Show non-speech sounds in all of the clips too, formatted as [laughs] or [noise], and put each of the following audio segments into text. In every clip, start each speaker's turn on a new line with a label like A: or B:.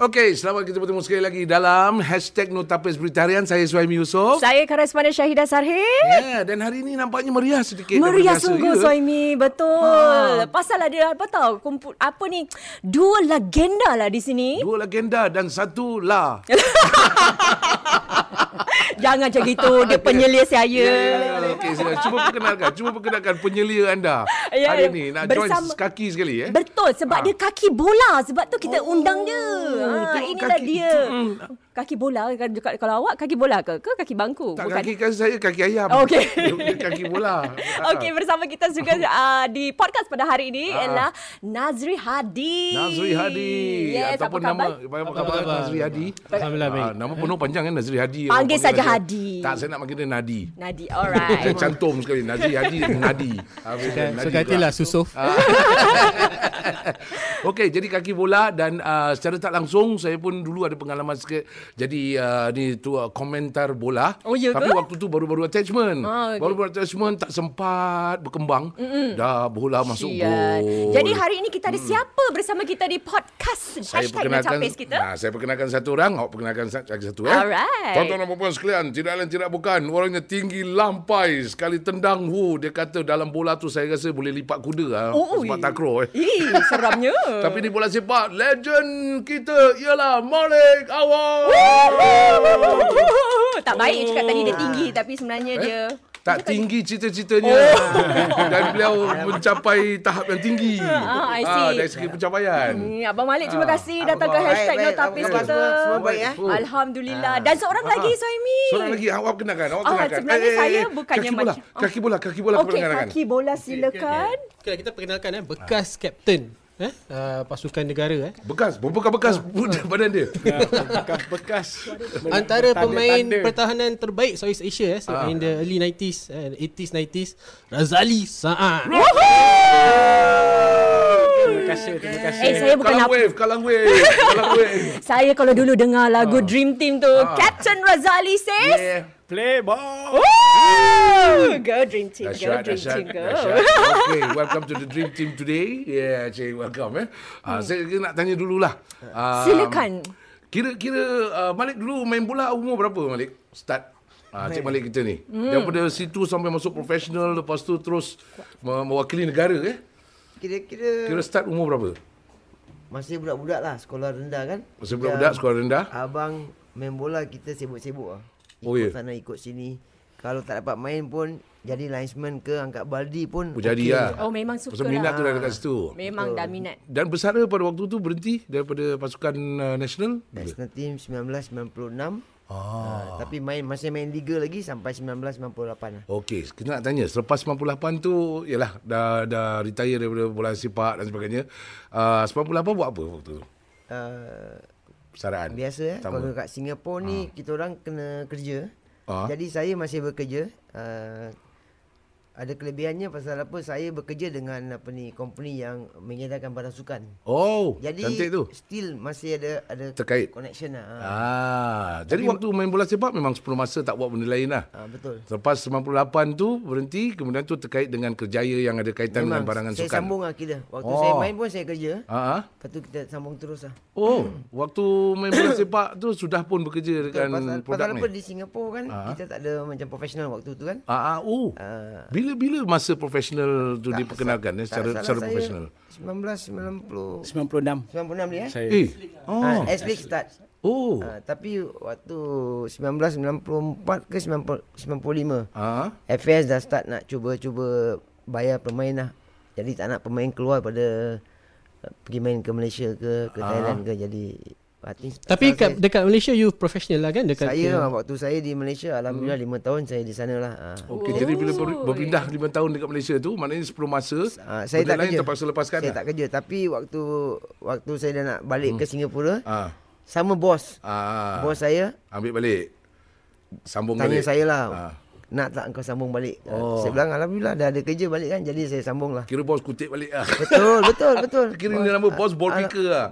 A: Okey, selamat kita bertemu sekali lagi dalam hashtag Notapes Berita Harian. Saya Suhaimi Yusof.
B: Oh. Saya koresponden Syahidah Sarhi.
A: Ya, dan hari ini nampaknya meriah sedikit. daripada
B: Meriah
A: biasa,
B: sungguh
A: ya. Ha.
B: Soimi Betul Pasal ada apa tau kumpul, Apa ni Dua legenda lah di sini
A: Dua legenda dan satu lah.
B: Ya. Jangan macam gitu
A: [laughs]
B: Dia penyelia saya
A: Ya, ya, ya. Okey, sila. Cuba perkenalkan. Cuba perkenalkan penyelia anda
B: Ya,
A: hari
B: ya.
A: ini. Nak join
B: Bersama-
A: kaki sekali eh.
B: Betul Sebab
A: Ah.
B: dia kaki bola Sebab tu kita
A: Oh,
B: undang dia ha,
A: tengok
B: Inilah
A: kaki.
B: dia
A: Mm.
B: Kaki bola kan juga- Kalau awak kaki bola ke Ke kaki bangku
A: tak kaki kan saya, kaki ayam.
B: Okey.
A: Dia- dia kaki bola.
B: [laughs] Okey bersama kita
A: [laughs]
B: juga uh, di podcast pada hari ini
A: Ah.
B: ialah Nazri Hadi.
A: Nazri Ah, Hadi
B: Yes,
A: ataupun
B: apa khabar?
A: nama apa khabar
C: khabar?
A: Nazri Hadi?
C: Alhamdulillah,
A: Ah,
C: baik.
A: Nama penuh panjang kan Nazri Hadi.
B: Panggil
A: Orang panggil
B: saja
A: Nazri-
B: Hadi.
A: Tak, saya nak panggil dia Nadi.
B: Nadi.
A: Saya [laughs]
B: Alright.
A: Eh, cantum sekali Nazri Hadi Nadi. Ah,
C: Kan,
A: Nadi
C: so
A: pula.
C: katilah susuf.
D: Ah.
A: Okey, jadi kaki bola dan uh, secara tak langsung saya pun dulu ada pengalaman sikit jadi uh, ni tu uh, komentar bola.
B: Oh, ya
A: Tapi
B: ke?
A: waktu tu baru-baru attachment.
B: Ah, okey.
A: Baru-baru attachment tak sempat berkembang. Mm-mm. Dah bola masuk
B: Sial.
A: gol.
B: Jadi hari ini kita ada siapa bersama kita di podcast
A: saya
B: hashtag
A: perkenalkan
B: Capes kita?
A: Nah, saya perkenalkan satu orang, awak perkenalkan sa- lagi satu eh.
B: Alright.
A: Tuan-tuan dan puan sekalian, tidak lain tidak bukan orangnya tinggi lampai sekali tendang hu dia kata dalam bola tu saya rasa boleh lipat kuda ah
B: Ui.
A: sebab takraw eh.
B: Ih, seramnya.
A: Tapi di bola sepak, legend kita ialah Malik Awang.
B: tak baik dia cakap tadi dia tinggi tapi sebenarnya dia
A: Tak tinggi cita-citanya oh. Dan
B: [laughs]
A: beliau mencapai tahap yang tinggi
B: Ah, I see.
A: Ah, Dari segi pencapaian
B: Hmm, Abang Malik terima kasih
E: Apa
B: datang ke
E: khabar?
B: hashtag No
E: Baik, baik.
B: Tapis
E: Apa khabar?
B: kita.
E: Semua- semua baik, eh?
A: Oh.
B: Alhamdulillah. Dan seorang lagi Soimi.
A: Seorang lagi awak kenalkan awak
B: Ah,
A: kenalkan. Eh,
B: sebenarnya saya bukannya
A: kaki bola,
B: macam- ah.
A: kaki bola kaki bola
B: Okey,
A: kenalkan.
B: kaki bola silakan.
C: Okay, kita perkenalkan eh bekas kapten eh uh, pasukan negara eh.
A: Bekas, bukan bekas
B: Ah.
A: [laughs] badan dia.
E: bekas
C: Antara pemain pertahanan terbaik Southeast Asia eh so
D: Ah.
C: in the early 90s and 80s 90s Razali Saad.
E: Terima kasih, terima kasih.
B: Eh, saya bukan
A: kalang
B: apa.
A: wave, kalang wave, kalang wave.
B: [laughs] Saya kalau dulu dengar lagu Dream Team tu, Captain Razali says,
A: Yeah.
E: Play ball.
B: [laughs] Woo! Go dream team,
A: That's
B: go
A: right,
B: dream
A: that's right,
B: team, go.
A: that's right. Okay, welcome to the dream team today. Yeah, cik, welcome eh. Ah, saya kira nak tanya dululah. Um,
B: Hmm. Silakan.
A: Kira-kira uh, Malik dulu main bola umur berapa Malik? Start. Ah, Cik Malik kita ni. Hmm. Daripada situ sampai masuk profesional, lepas tu terus me- mewakili negara eh.
E: Kira-kira
A: Kira start umur berapa?
E: masih budak-budak lah sekolah rendah kan?
A: Masa budak-budak sekolah rendah.
E: Ah, Abang main bola kita sibuk-sibuk lah. Ikut
A: Oh, ya?
E: sana ikut sini. Kalau tak dapat main pun jadi linesman ke angkat baldi pun
A: Oh, jadi
E: okey.
A: lah.
B: Oh, memang suka
A: Pasal minat
B: lah.
A: tu dah dekat situ.
B: Memang dah minat.
A: Dan bersara pada waktu tu berhenti daripada pasukan uh, nasional.
E: National team 1996. Ah. tapi main masih main liga lagi sampai 1998 lah.
A: Okey, kita nak tanya selepas 98 tu yalah dah dah retire daripada bola sepak dan sebagainya. Uh, 98 buat apa waktu tu?
E: Uh,
A: Persaraan.
E: Biasa eh
A: Pertama.
E: Kalau kat Singapura ni Kita orang kena kerja
A: Ah.
E: Jadi saya masih bekerja uh, Ada kelebihannya Pasal apa Saya bekerja dengan Apa ni Company yang Mengedarkan barang sukan
A: Oh,
E: Jadi
A: cantik tu.
E: Still masih ada ada
A: Terkait.
E: Connection lah ah.
A: Ah, jadi waktu main bola sepak memang 10 masa tak buat benda lain lah.
E: Ah, Betul
A: Selepas 98 tu berhenti, kemudian tu terkait dengan kerjaya yang ada kaitan Kan dengan barangan
E: Saya
A: sukan.
E: sambung lah kita Waktu
A: Oh.
E: saya main pun saya kerja
A: Ah, ah.
E: Lepas tu kita sambung terus lah
A: Oh, waktu main bola sepak tu sudah pun bekerja
E: Betul,
A: dengan
E: pasal,
A: kan produk
E: pasal
A: ni.
E: apa di Singapura kan Kita tak ada macam professional waktu tu kan
A: Ah, ah, oh.
E: Ah.
A: Bila-bila masa profesional tu diperkenalkan eh,
E: Tak
A: secara,
E: salah
A: secara
E: saya,
A: profesional?
E: 1990 96
D: 96
E: ni eh
D: saya
A: Eh. Oh.
E: Ah, Netflix start.
A: Oh.
E: Ah, tapi waktu 1994 ke 90, 95
A: Ah.
E: FAS dah start nak cuba-cuba bayar pemain lah Jadi tak nak pemain keluar pada uh, Pergi main ke Malaysia
A: Ah.
E: ke Ke Thailand ke Jadi I think
C: Tapi
E: saya,
C: kat, dekat Malaysia you professional lah kan dekat
E: saya lah, waktu saya di Malaysia Alhamdulillah
A: Hmm.
E: lima tahun saya di sana lah Ah.
A: Okey, jadi bila ber- berpindah 5 tahun dekat Malaysia tu, maknanya 10 masa,
E: Ah, saya
A: benda
E: tak
A: lain
E: kerja.
A: terpaksa lepaskan. lah.
E: Saya tak kerja tapi waktu waktu saya dah nak balik ke Singapura
A: Ah.
E: sama bos.
A: Ah.
E: Bos saya
A: Ambil balik. Sambung
E: Tanya
A: balik.
E: saya lah
A: Ah.
E: Nak tak kau sambung balik
A: Oh.
E: oh. Saya bilang Alhamdulillah dah ada kerja balik kan Jadi saya sambung
A: [laughs]
E: lah
A: Kira bos kutip balik lah.
E: Betul betul betul
A: [laughs] Kira ni nama bos ball
E: ah,
A: kicker lah.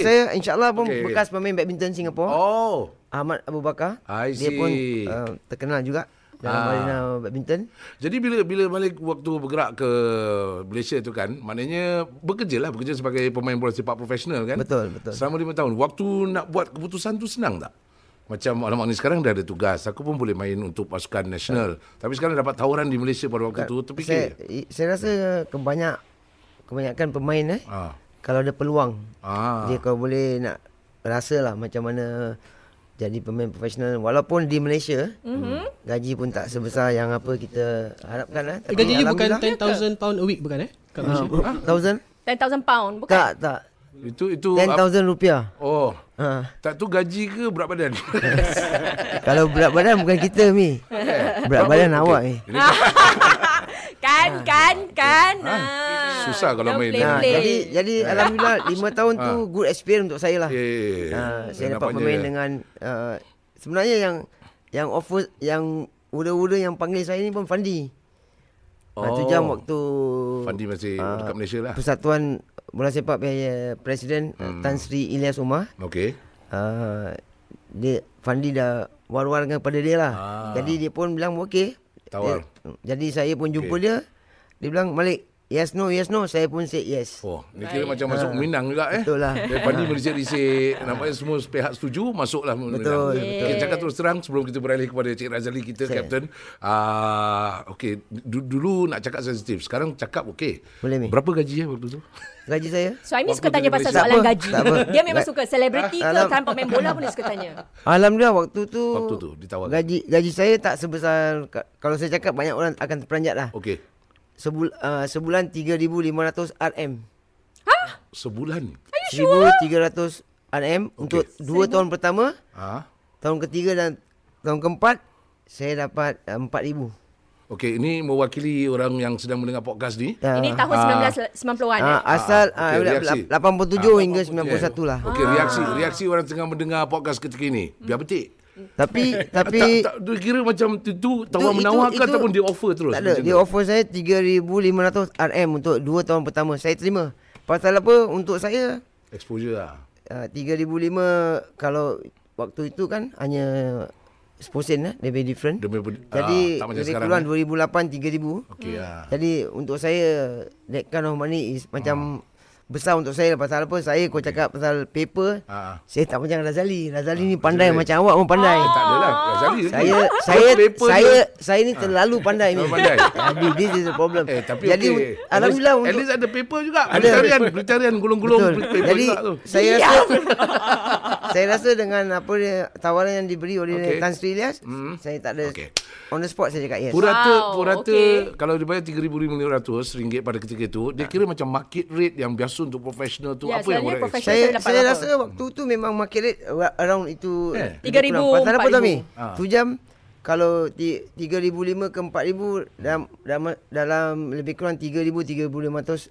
A: Okey.
E: okay. saya insyaAllah pun
A: Okey, okey.
E: okay, bekas pemain badminton Singapura oh.
A: [laughs] Oh.
E: Ahmad Abu Bakar
A: I
E: Dia pun
A: see.
E: uh, terkenal juga dalam
A: Ah.
E: arena badminton.
A: Jadi bila bila balik waktu bergerak ke Malaysia tu kan, maknanya bekerja lah, bekerja sebagai pemain bola sepak profesional kan.
E: Betul, betul.
A: Selama lima tahun. Waktu nak buat keputusan tu senang tak? Macam alamak ni sekarang dah ada tugas. Aku pun boleh main untuk pasukan nasional. Tapi sekarang dapat tawaran di Malaysia pada waktu tu. Terfikir.
E: Saya, i- saya rasa kebanyak kebanyakan pemain eh
A: Ah.
E: kalau ada peluang
A: Ah.
E: dia kalau boleh nak rasa lah macam mana jadi pemain profesional walaupun di Malaysia
C: Mhm.
E: mm-hmm. gaji pun tak sebesar yang apa kita harapkan lah.
C: Eh,
E: Tapi
C: Gaji you bukan
D: kan?
C: 10,000
E: alhamdulillah-
C: pound a week bukan eh? Kat Malaysia.
E: Ah, thousand?
B: 10,000 pound bukan?
E: Tak, tak.
A: Itu itu
E: Ten
A: ap-
E: thousand rupiah.
A: Oh.
E: Ha.
A: Tak tu gaji ke berat badan? [laughs]
E: Kalau berat badan bukan kita mi.
A: Eh.
E: Berat badan awak eh? ni.
A: Ini
B: kan, kan, kan. Ha.
A: Ah. Susah kalau
B: Don't
A: main.
E: Ha,
A: Play.
E: jadi jadi alhamdulillah 5 tahun tu
A: Ah.
E: good experience untuk saya lah.
A: Eh,
E: Ha,
A: dan
E: saya dapat
A: nampaknya-
E: bermain dengan uh, sebenarnya yang yang offer yang uda-uda yang panggil saya ni pun Fandi. Oh. Nah, tu jam waktu ah,
A: Fandi masih dekat Malaysia lah.
E: Persatuan Bola Sepak eh, Presiden hmm. Tan Sri Ilyas Umar.
A: [laughs] Okey.
E: Uh, dia Fandi dah war-warkan pada dia lah.
A: Ah.
E: Jadi dia pun bilang okey.
A: Tawar.
E: Dia, jadi saya pun jumpa
A: Okey.
E: okay. dia. Dia bilang Malik, yes no, yes no. Saya pun say yes.
A: Oh, ni kira macam masuk Minang juga eh.
E: Ah. Betul lah.
A: Dari Fandi merisik-risik. Nampaknya semua pihak setuju, masuklah Minang.
E: Betul,
A: Kita cakap terus terang sebelum kita beralih kepada Cik Razali kita, Captain. Ah, okey, du- dulu nak cakap sensitif. Sekarang cakap okey.
E: Boleh, Mi.
A: Berapa gaji eh
E: [laughs]
A: waktu tu?
E: Gaji saya.
B: Suami
A: Waktu
B: suka tanya
A: dia
B: pasal
A: Malaysia.
B: soalan
E: Tak apa,
B: gaji.
E: tak apa.
B: Dia memang
E: Baik.
B: suka selebriti ke
E: Alam.
B: tanpa main bola pun dia suka tanya.
E: Alhamdulillah waktu tu
A: Waktu tu, ditawarkan.
E: Gaji gaji saya tak sebesar ka- kalau saya cakap banyak orang akan terperanjat lah.
A: Okey.
E: Sebul, uh, sebulan 3500 RM.
A: Sebulan.
E: 1300 RM untuk
A: Okey.
E: 2 tahun pertama,
A: Ah.
E: tahun ketiga dan tahun keempat saya dapat uh, 4000.
A: Okey, ini mewakili orang yang sedang mendengar podcast ni.
E: Uh,
B: Ini tahun
A: Ah.
B: 1990-an eh.
E: uh, asal
A: Ah, okey,
E: uh,
A: reaksi. Ah,
E: 87 hingga 91 lah.
A: Okey, reaksi reaksi orang tengah mendengar podcast ketika ini.
E: Hmm.
A: Biar betik. [laughs]
E: Tapi tapi
A: tak, tak, dia kira macam tu, tu tawar
E: itu-
A: menawar ke
E: itu-
A: ataupun dia offer terus?
E: Tak ada.
A: macam
E: Dia
A: tu?
E: offer saya 3500 RM untuk 2 tahun pertama. Saya terima. Pasal apa? Untuk saya
A: Exposure lah.
E: uh, 3005 kalau waktu itu kan hanya 10 sen lah, lebih different.
A: Dia punya- ah,
E: Jadi
A: tak macam
E: lebih
A: sekarang,
E: kurang
A: eh.
E: 2008 3000.
A: Okey lah.
E: Hmm. Jadi untuk saya that kind of money is
A: Ah.
E: macam besar untuk saya lah. pasal apa saya kau cakap pasal paper
A: Ah.
E: saya tak macam Razali Razali ni pandai macam awak pun pandai
A: Tak ada lah. Razali.
E: saya
A: Buat
E: saya
A: paper
E: saya
A: dia.
E: saya ni terlalu pandai ni.
A: Ha. Terlalu
E: [laughs]
A: pandai.
E: Jadi this is the problem.
A: Eh, tapi
E: Jadi
A: okey. At
E: alhamdulillah
A: least,
E: untuk
A: At least ada paper juga.
E: Ada.
A: Beritarian. Beritarian gulung-gulung
E: Betul.
A: paper
E: Jadi
A: juga tu. Ya.
E: saya rasa [laughs] saya rasa dengan apa dia, tawaran yang diberi oleh
A: Okey. Hmm.
E: Tan Sri Ilyas, saya tak ada
A: Okey.
E: on the spot saya cakap yes.
A: Purata,
B: Wow,
A: purata
B: okey.
A: kalau dibayar RM3,500 ringgit pada ketika itu, dia kira macam market rate yang biasa untuk professional tu.
B: Ya,
A: apa yang
B: selalunya
A: orang
B: professional-
E: Saya
B: Dapat
E: saya
B: berapa?
E: rasa waktu tu memang market rate wa- around itu
A: Eh.
E: 3000
B: 3,000,
E: Pasal apa tau Mi?
A: 4,000? Ah.
E: Tu jam kalau ti- 3,500 ke 4,000 dalam, dalam dalam lebih kurang 3,000 3,500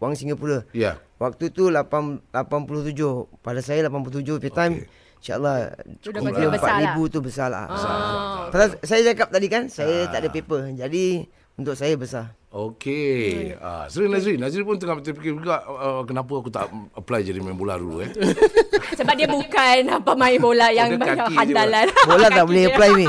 E: wang Singapura.
A: Ya.
E: Waktu tu 8 87 pada saya 87 per time InsyaAllah
B: Tu dah
E: tiga,
B: consider
E: empat
B: besar Ah.
E: ribu tu besar lah Pasal saya cakap tadi kan Saya tak ada paper Jadi untuk saya
B: [laughs]
E: besar
A: Okey.
B: Hmm.
A: Ah, Sri Nazri, Nazri pun tengah terfikir juga uh, kenapa aku tak apply jadi main bola dulu eh.
B: Sebab dia bukan apa main bola yang
A: dia kaki
B: banyak
A: je,
B: handalan.
E: Bola
B: [laughs]
E: tak
B: Kaki
E: boleh
B: dia.
E: apply ni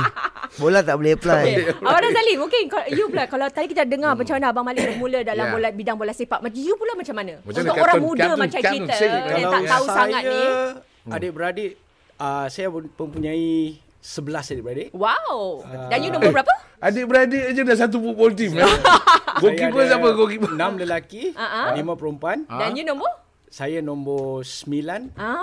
E: Bola tak boleh apply
B: Abang Razali, mungkin kau- you pula kalau tadi kita dengar macam mana Abang Malik bermula dalam
A: Ya.
B: bola bidang bola sepak, macam you pula macam mana?
A: Macam
B: Untuk
A: mana
B: orang
A: Captain-
B: muda
A: Captain-
B: macam
A: Captain
B: kita
A: Singh,
B: yang tak tahu
D: saya, hmm.
B: sangat ni.
D: Adik-beradik uh, saya mempunyai 11 adik-beradik.
B: Wow. Dan you nombor berapa?
A: Adik-beradik je dah satu football team.
D: [laughs]
A: Eh. Goalkeeper
D: Saya ada
A: siapa goalkeeper?
D: Enam lelaki,
B: Ah, ah.
D: lima perempuan.
B: Dan you nombor?
D: Saya nombor sembilan.
B: Ah.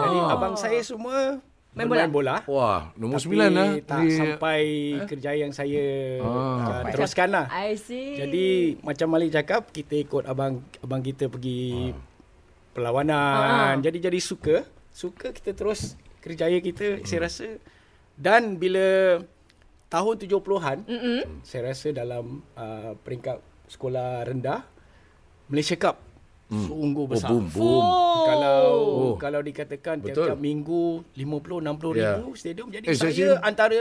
D: Jadi abang saya semua
B: Main
D: main bermain bola.
A: Wah, nombor
D: Tapi
A: sembilan Eh? lah.
D: tak sampai kerja yang saya ah. teruskan lah.
B: I see.
D: Jadi macam Malik cakap, kita ikut abang abang kita
A: Ah.
D: pergi perlawanan. Jadi jadi suka, suka kita terus kerjaya kita saya rasa dan bila tahun 70-an mm saya rasa dalam uh, peringkat sekolah rendah Malaysia Cup sungguh
A: Oh,
D: besar.
A: boom, boom.
D: Kalau
A: Oh.
D: oh. kalau dikatakan
A: Betul.
D: tiap-tiap minggu 50 60
A: Ya.
D: ribu stadium jadi
A: Eh,
D: eh, saya
A: stadium.
D: antara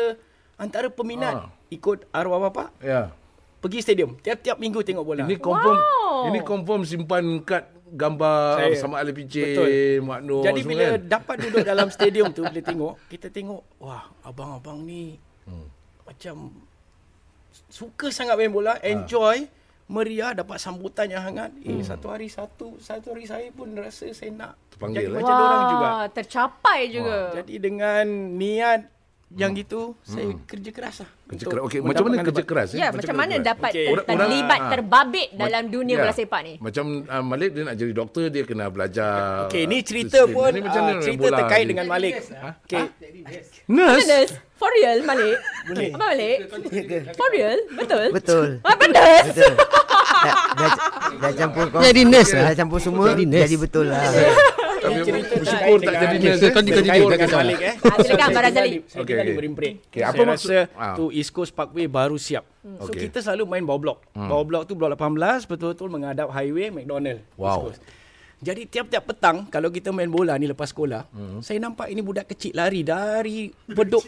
D: antara peminat
A: Ah.
D: ikut arwah bapa
A: Ya.
D: pergi stadium tiap-tiap minggu tengok bola.
A: Ini confirm
B: Wow.
A: ini confirm simpan kad gambar
D: Saya.
A: sama Ali Picin,
D: Betul.
A: Mak Nur
D: Jadi
A: semua
D: bila
A: kan.
D: dapat duduk
A: [laughs]
D: dalam stadium tu bila tengok, kita tengok wah abang-abang ni hmm. macam suka sangat main
A: Ah.
D: bola, enjoy, meriah, dapat sambutan yang hangat.
A: Hmm.
D: Eh, satu hari satu, satu hari saya pun rasa saya nak
A: Terpanggil,
D: jadi
A: eh?
D: macam orang juga.
B: tercapai juga.
D: Jadi dengan niat yang gitu, saya kerja keras lah.
A: Hmm. Kerja
D: untuk
A: keras. Okey, macam mana
D: mendapatkan
A: kerja
D: tempat.
A: keras? eh?
B: Ya, macam
A: kerja
B: mana
A: keras?
B: dapat
D: Okey.
B: okay.
A: Orang- orang-
B: terlibat
A: ah.
B: terbabit
A: Ma-
B: dalam dunia
A: ya.
B: bola sepak ni?
A: Macam uh, Malik dia nak jadi doktor, dia kena belajar.
D: Okey, ni cerita
A: disiplin.
D: pun
A: Ini
D: ah,
A: mana
D: cerita
A: bola
D: terkait
A: ni?
D: dengan Malik. Okey.
A: Nurse?
B: Betul. For real, Malik? Boleh. Malik? For real? Betul?
E: Betul.
B: Ah, betul.
E: Betul. dah, dah, dah campur kau.
C: Jadi nurse lah.
E: Dah campur semua.
C: Jadi nurse.
E: Jadi, betul lah.
A: Kami bersyukur tak jadi
C: Okey,
A: nurse.
C: so
A: eh.
C: kau Continue,
D: Dia kait
C: continue,
D: dengan
C: continue.
D: Malik eh.
B: Ah, silakan, Abang Razali.
D: Saya
A: Okey,
D: kita
A: okey.
D: ada berimbring.
A: Okey, apa
D: saya
A: maksud-
D: rasa
A: Ah.
D: tu East Coast Parkway baru siap.
B: Hmm.
D: So
A: Okey. Hmm.
D: kita selalu main bawah blok. Bawah blok tu blok 18 betul-betul menghadap highway McDonald. East
A: Wow.
D: Coast. Jadi tiap-tiap petang kalau kita main bola ni lepas sekolah,
A: Hmm.
D: saya nampak ini budak kecil lari dari Bedok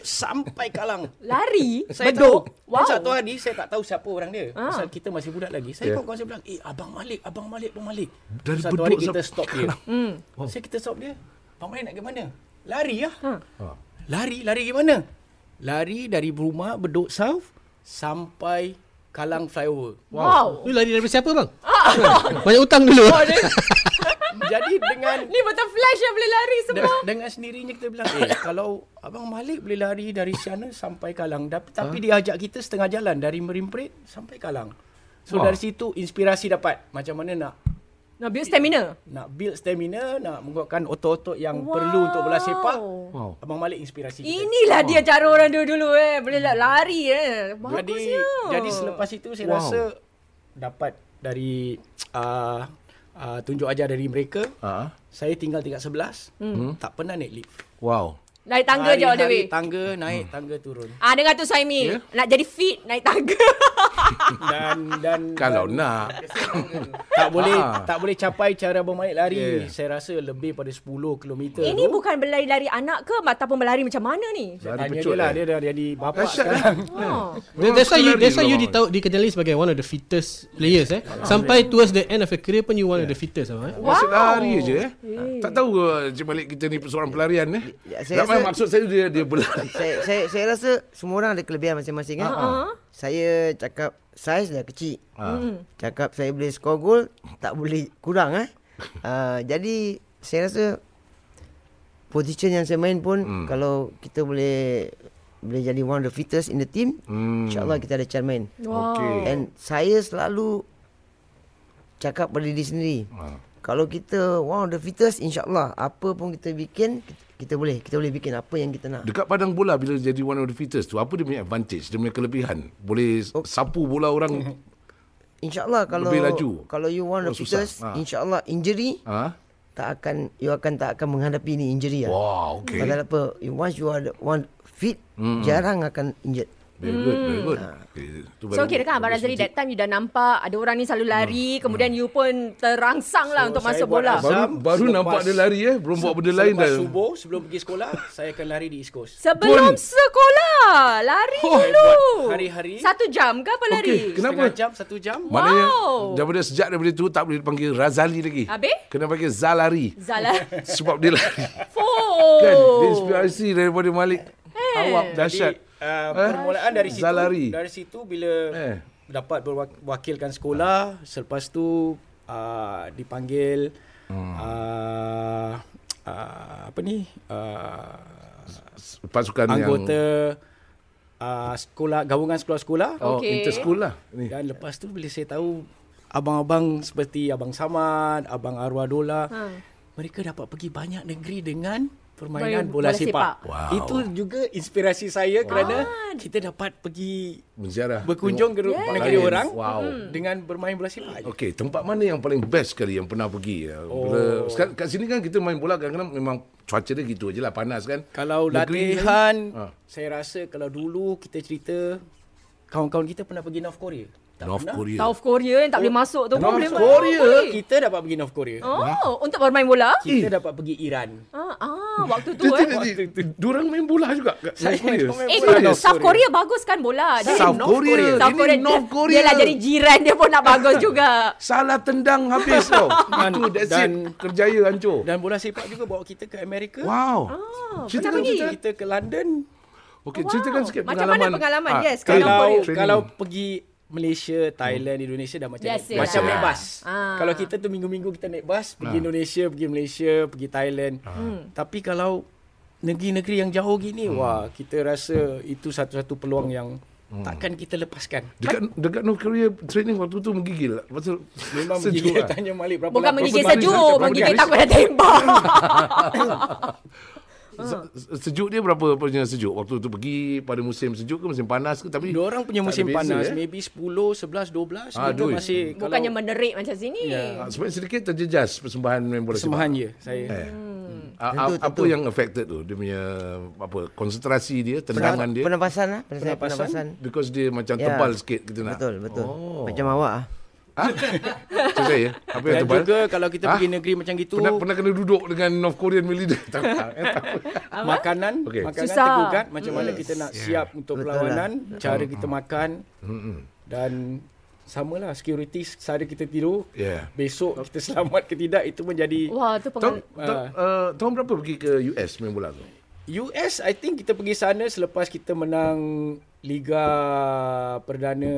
A: [laughs]
D: sampai Kalang.
B: Lari?
D: Saya
B: Bedok?
D: tahu.
B: Wow.
D: Wow. Dan satu hari saya tak tahu siapa orang dia.
B: Ah.
D: Ah. Pasal kita masih budak lagi. Saya
A: Yeah.
D: yeah. kawan saya bilang, "Eh, abang Malik, abang Malik, abang Malik."
A: Ya. Dari
D: satu
A: Bedok
D: hari kita
A: sampai
D: stop dia. Hmm. Saya kita stop dia. Abang Malik nak ke mana? Lari lah.
B: Ha.
A: Ah.
D: Lari, lari ke mana? Lari dari rumah Bedok South sampai Kalang Flyover.
B: Wow.
C: Lu lari daripada siapa bang?
D: Ah.
C: Banyak utang dulu.
D: Oh, Jadi dengan
B: Ni macam flash yang boleh lari
D: [laughs]
B: semua.
D: de- dengan sendirinya kita bilang, "Eh, kalau abang Malik boleh lari dari sana sampai Kalang." Tapi, tapi dia ajak kita setengah jalan dari Merimprit sampai Kalang. So
A: Wah.
D: dari situ inspirasi dapat macam mana nak
B: Nak build stamina.
D: nak build stamina, nak menguatkan otot-otot yang
B: Wow.
D: wow. perlu untuk bola sepak.
A: Wow.
D: Abang Malik inspirasi kita.
B: Inilah dia cara orang dulu-dulu eh. Boleh la- lari eh.
D: Oh. Jadi
B: Bagusnya.
D: jadi selepas itu saya
A: Wow.
D: wow. rasa dapat dari uh, uh, tunjuk ajar dari mereka.
A: Ah.
D: Saya tinggal tingkat 11, hmm. tak pernah naik lift.
A: Wow.
B: Naik tangga je all the
D: Hari-hari
B: way.
D: Tangga naik, hmm. tangga turun.
B: Ah dengar tu Saimi.
A: Ya.
B: Nak jadi fit naik tangga.
D: Dan
A: [laughs]
D: dan
A: Kalau
D: dan
A: nak.
D: tak boleh
A: Ah.
D: tak boleh capai cara bermain lari.
A: Yeah.
D: Yeah. Saya rasa lebih pada 10 km.
B: Ini
D: tu.
B: bukan berlari-lari anak ke ataupun berlari macam mana
A: Lari
B: ni?
D: Tanya
A: pecut,
D: dia lah,
A: eh.
D: dia dah jadi bapak
A: Dahsyat, eh.
D: sekarang.
B: Ha.
A: Memang
C: That's why you
A: suka
C: that's why
A: lari
C: you
A: kau,
C: ditau, dikenali sebagai one of the fittest players eh.
D: Ah,
C: Sampai towards the end of your career pun you one of the fittest abang eh.
A: Wow. Asyik lari je eh. Tak tahu ke Cik Malik kita ni seorang pelarian eh.
E: Ya, saya
A: Tak
E: rasa-
A: maksud saya dia dia berlari.
E: [laughs] saya, saya, saya rasa semua orang ada kelebihan masing-masing kan. Saya cakap saiz dah kecil. Hmm. Cakap saya boleh score gol, tak boleh kurang eh. Ah, jadi saya rasa position yang saya main pun kalau kita boleh boleh jadi one of the fittest in the team,
A: Hmm.
E: insyaallah kita ada chance main.
B: Wow.
A: Okey.
E: And saya selalu cakap pada diri sendiri.
A: Ah.
E: Kalau kita one of the fittest insyaallah apa pun kita bikin kita, kita boleh kita boleh bikin apa yang kita nak.
A: Dekat padang bola bila jadi one of the fittest tu apa dia punya advantage, dia punya kelebihan? Boleh sapu bola orang
E: InsyaAllah kalau
A: Lebih laju.
E: kalau you want
A: Oh,
E: the
A: susah.
E: fittest,
A: Ha.
E: ha. insyaAllah injury
A: ah.
E: tak akan you akan tak akan menghadapi ni injury lah.
A: Wow, okay.
E: Pasal apa? you- Once you are the one fit, jarang akan injured.
A: Very good, very good. Okay, tu baru-
B: So kira kan Abang
A: bagus
B: Razali
A: sikit.
B: that time you dah nampak ada orang ni selalu lari kemudian you pun terangsang lah
D: Hmm.
B: untuk
D: So, saya
B: masuk
D: buat
B: bola.
D: azam.
A: Baru, baru
D: Selepas-
A: nampak dia lari eh, belum buat [laughs] benda lain dah.
D: Selepas subuh sebelum pergi sekolah, saya akan lari di East Coast.
B: Sebelum sekolah lari
D: Oh,
B: dulu.
D: buat hari-hari.
B: Satu jam ke apa lari?
A: Okey, kenapa?
D: Setengah jam, satu jam.
A: Maknanya
B: Wow.
A: daripada sejak daripada tu tak boleh dipanggil Razali lagi.
B: Habis?
A: Kena panggil Zalari
B: Zala.
A: sebab dia lari.
B: Four.
A: Kan? Dia inspirasi daripada Malik. Awak dahsyat.
D: Jadi, uh, permulaan dari situ,
A: Eh? Zalari.
D: dari situ bila
A: Eh.
D: dapat berwakilkan sekolah, selepas tu uh, dipanggil hmm. uh, uh, apa ni? Uh,
A: Pasukan
D: anggota
A: yang
D: uh, sekolah gabungan sekolah-sekolah.
A: oh,
B: Okey.
A: interschool lah. Ni.
D: Dan lepas tu bila saya tahu abang-abang seperti abang Samad, abang Arwadola,
B: Ha.
D: ha. mereka dapat pergi banyak negeri dengan
B: Main
D: permainan bola,
B: bola sepak.
D: sepak.
A: Wow.
D: Itu juga inspirasi saya kerana kita dapat pergi
A: Menziarah.
D: berkunjung ke
A: tempat
D: negeri
A: lain.
D: orang
A: Wow.
B: Hmm.
D: dengan bermain bola sepak.
A: Okey, tempat mana yang paling best sekali yang pernah pergi? Oh. Bila sekarang, kat sini kan kita main bola kadang-kadang memang cuaca dia gitu je lah panas kan.
D: Kalau
A: Negeri
D: latihan,
A: Ha.
D: saya rasa kalau dulu kita cerita kawan-kawan kita pernah pergi North Korea. Tak
A: North
D: pernah.
A: Korea.
B: South Korea yang tak boleh masuk tu pun boleh main.
D: North Korea,
B: Boleh.
D: kita dapat pergi North Korea.
B: Oh, untuk bermain bola?
D: Kita
A: Eh.
D: dapat pergi Iran.
B: Ah, ah waktu tu
A: Dia, dia,
B: eh.
A: dia, dia, dia, diorang main bola juga kat
D: Saya
A: North Korea.
D: tak main
B: Eh,
D: bola
B: kalau
D: North
B: South Korea bagus kan bola. Dia
A: South
D: North
A: Korea.
D: Korea.
A: Ini North Korea.
B: Dia lah jadi jiran dia pun nak bagus juga.
A: Salah tendang habis tau.
D: Dan-
A: Itu that's
D: dan-
A: it. Kerjaya hancur.
D: Dan bola sepak juga bawa kita ke Amerika.
A: wow.
B: Oh,
A: Cerita kan
B: pernah pergi?
A: cerita.
D: Kita ke London.
A: Okey,
B: Oh, wow.
A: ceritakan sikit
B: Macam
A: pengalaman. Ah,
B: mana pengalaman? Yes,
A: training.
B: kalau-
D: kalau
A: Training.
D: kalau pergi Malaysia,
A: Hmm.
D: Thailand, Indonesia dah macam
B: Biasa
D: macam
A: lah.
D: naik bas.
B: Ah.
D: Kalau kita tu minggu-minggu kita naik bas pergi
A: Ah.
D: Indonesia, pergi Malaysia, pergi Thailand.
B: Hmm.
D: Tapi kalau negeri-negeri yang jauh gini,
A: Hmm.
D: wah kita rasa itu satu-satu peluang yang
A: Hmm.
D: takkan kita lepaskan.
A: dekat dekat North Korea training waktu tu menggigil lah. Pasal
D: Memang
A: sejuk
D: menggigil
A: lah.
D: tanya Malik berapa
B: Bukan
D: lama-
B: menggigil
D: berapa
B: sejuk,
D: lama-
B: menggigil
D: berapa
B: takut dah tembak.
D: Ah.
A: Se- se- Sejuk dia berapa punya sejuk? Waktu tu pergi pada musim sejuk ke musim panas ke? Tapi
D: Diorang
A: tak
D: punya
A: ada
D: musim
A: beza,
D: panas
A: eh.
D: maybe 10, 11, 12
A: Ah,
D: ah, kita
A: duit.
D: masih
B: Bukannya menerik macam sini.
A: Ah, Sebenarnya sedikit terjejas persembahan main bola
D: Persembahan Hmm. je saya.
A: sepak. Eh. Ah, ah,
E: Tentu,
A: apa
E: tentu.
A: yang affected tu dia punya apa konsentrasi dia tendangan
E: Penapasan,
A: dia
E: penapasan lah. Penapasan.
D: Pernafasan?
E: penapasan.
A: because dia macam
E: Ya.
A: tebal sikit kita nak
E: Betul, betul.
A: oh.
E: Oh. Macam awak ah. [laughs]
A: macam saya apa yang
D: Dan
A: tebal
D: juga kalau kita
A: Ah?
D: pergi negeri macam gitu
A: pernah pernah kena duduk dengan North Korean militer [laughs] tak
D: makanan
A: Okey. Hmm.
D: makanan
B: Susah.
D: tergugat macam mana kita nak siap untuk
E: Betul
D: perlawanan, cara kita makan
A: Hmm.
D: dan samalah security sehari kita tidur,
A: yeah
D: besok kita selamat ke tidak itu menjadi
B: Wah, tu
A: tahun,
B: pengal-
D: Ah.
A: tahun, uh, tahun berapa pergi ke US main bola tu
D: US I think kita pergi sana selepas kita menang liga perdana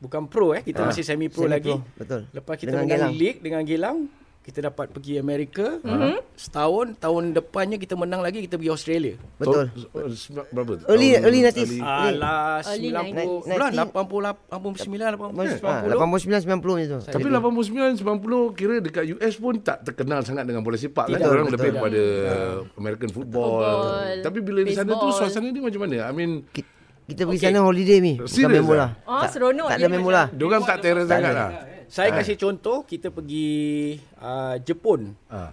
D: bukan pro eh kita masih semi pro
E: Ah, Semi-pro,
D: lagi
E: betul.
D: lepas kita
E: Dengan
D: menang
E: Geylang.
D: league dengan Gelang kita dapat pergi Amerika setahun tahun depannya kita menang lagi kita pergi Australia
E: Betul.
A: Tahun- uh, sembilan- berapa tu?
E: Early-
A: Tahun-
E: early 90s.
D: Ah, Alah
B: Early
D: 90
E: 90s.
D: bulan 88
A: Eh,
D: 89
E: Ha,
D: 90
E: 89 90 macam tu.
A: Tapi 89 90 kira dekat US pun tak terkenal sangat dengan bola sepak kan.
D: Tidak,
A: Orang
E: betul. Ya.
A: lebih kepada American football.
B: Football,
A: Tapi bila di sana tu
B: baseball.
A: suasana dia macam mana? I mean
E: Ki- Kita pergi
D: Okay.
E: sana holiday ni. Bukan
A: Serious ah?
E: main bola.
B: Ah,
E: Tak-
B: seronok
E: Tak
B: dia
E: ada main bola.
A: dia orang tak terror sangat lah.
D: Saya
E: Ah.
D: kasih contoh kita pergi uh, Jepun
E: Ah.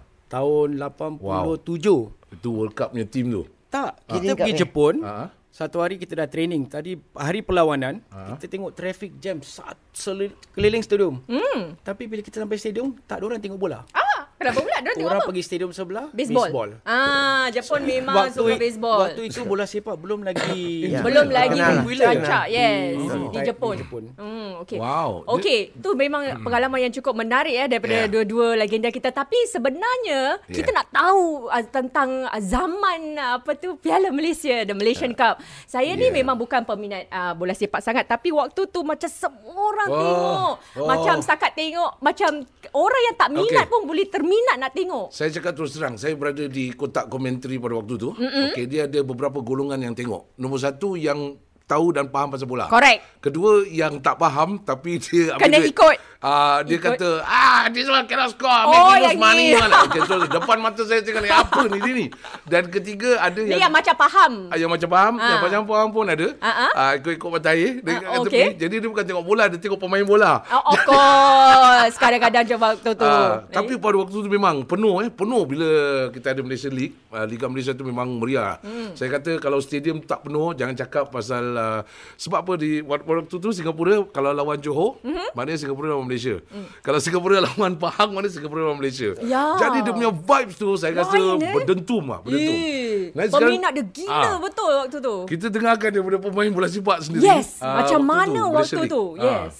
A: Ha.
D: tahun 87
A: Itu World Cup punya team tu.
D: tak
E: Kira
D: kita pergi
E: kat ni.
D: Jepun
E: Ah.
A: Ha.
D: Satu hari kita dah training. Tadi hari perlawanan,
E: Ah.
D: kita tengok traffic jam saat selu- keliling stadium.
B: Hmm.
D: Mm. Tapi bila kita sampai stadium, tak ada orang tengok bola.
B: Ah, kenapa pula? Dia tengok
D: orang
B: apa?
D: pergi stadium sebelah,
B: Baseball. Ah, Jepun memang suka baseball.
D: Waktu itu bola sepak belum lagi
B: [coughs]
E: Ya.
B: Belum
E: Kenal
B: lagi
E: lah. Hmm.
B: rancak,
D: Kenal.
B: yes.
D: Di-
B: Di
D: di
B: Jepun.
D: Jepun.
B: Hmm, okay.
A: Wow. Hmm.
B: Okay, tu memang pengalaman yang cukup menarik ya
A: Yeah.
B: daripada dua-dua legenda kita. Tapi sebenarnya
A: Yeah.
B: kita nak tahu ah, tentang ah, zaman ah, apa tu Piala Malaysia, The
A: Ya.
B: Malaysian Cup. Saya ni
A: Yeah.
B: memang bukan peminat ah, bola sepak sangat, tapi waktu tu macam semua orang
A: Wah.
B: tengok.
A: Wah.
B: Macam setakat tengok, macam orang yang tak minat
A: Okay.
B: pun boleh terminat nak tengok.
A: Saya cakap terus terang, saya berada di kotak komentari pada waktu tu. Mm-hmm. Okey, dia ada beberapa golongan yang tengok. Nombor satu yang tahu dan faham pasal bola.
B: Correct.
A: Kedua yang tak faham tapi dia ambil
B: Kena
A: duit.
B: ikut.
A: Ah, dia
B: Ikut.
A: kata, ah, this one cannot score.
B: Oh,
A: Make me lose
B: yang
A: money.
B: ni.
A: okay, so, depan mata saya tengok, ni, apa ni dia ni? Dan ketiga ada
B: Ni yang macam faham.
A: Ah, yang macam faham,
B: Ah.
A: yang macam faham pun ada.
B: Ah, ah.
A: Ah, ikut-ikut mata air. Dia
B: Ah,
A: kata,
B: okey.
A: Jadi dia bukan tengok bola, dia tengok pemain bola.
B: Oh, of course. Kadang-kadang je waktu tu.
A: Ah, tapi pada waktu tu memang penuh eh penuh bila kita ada Malaysia League uh, Liga Malaysia tu memang meriah hmm. saya kata kalau stadium tak penuh jangan cakap pasal uh, sebab apa di wak- waktu tu Singapura kalau lawan Johor
B: Mhm.
A: mm-hmm. maknanya Singapura lawan Malaysia mm. kalau Singapura [laughs] lawan Pahang maknanya Singapura lawan Malaysia
B: Hmm. Ya.
A: jadi dia punya vibes tu saya rasa
B: Lain, eh?
A: berdentum lah berdentum
B: Eh,
A: Nah, sekarang-
B: Peminat dia gila
A: Ah,
B: betul waktu tu.
A: kita dengarkan daripada pemain bola sepak sendiri
B: Yes,
A: ah, waktu
B: macam mana
A: Malaysia
B: waktu
A: League.
B: tu.
A: Ah.
B: Yes.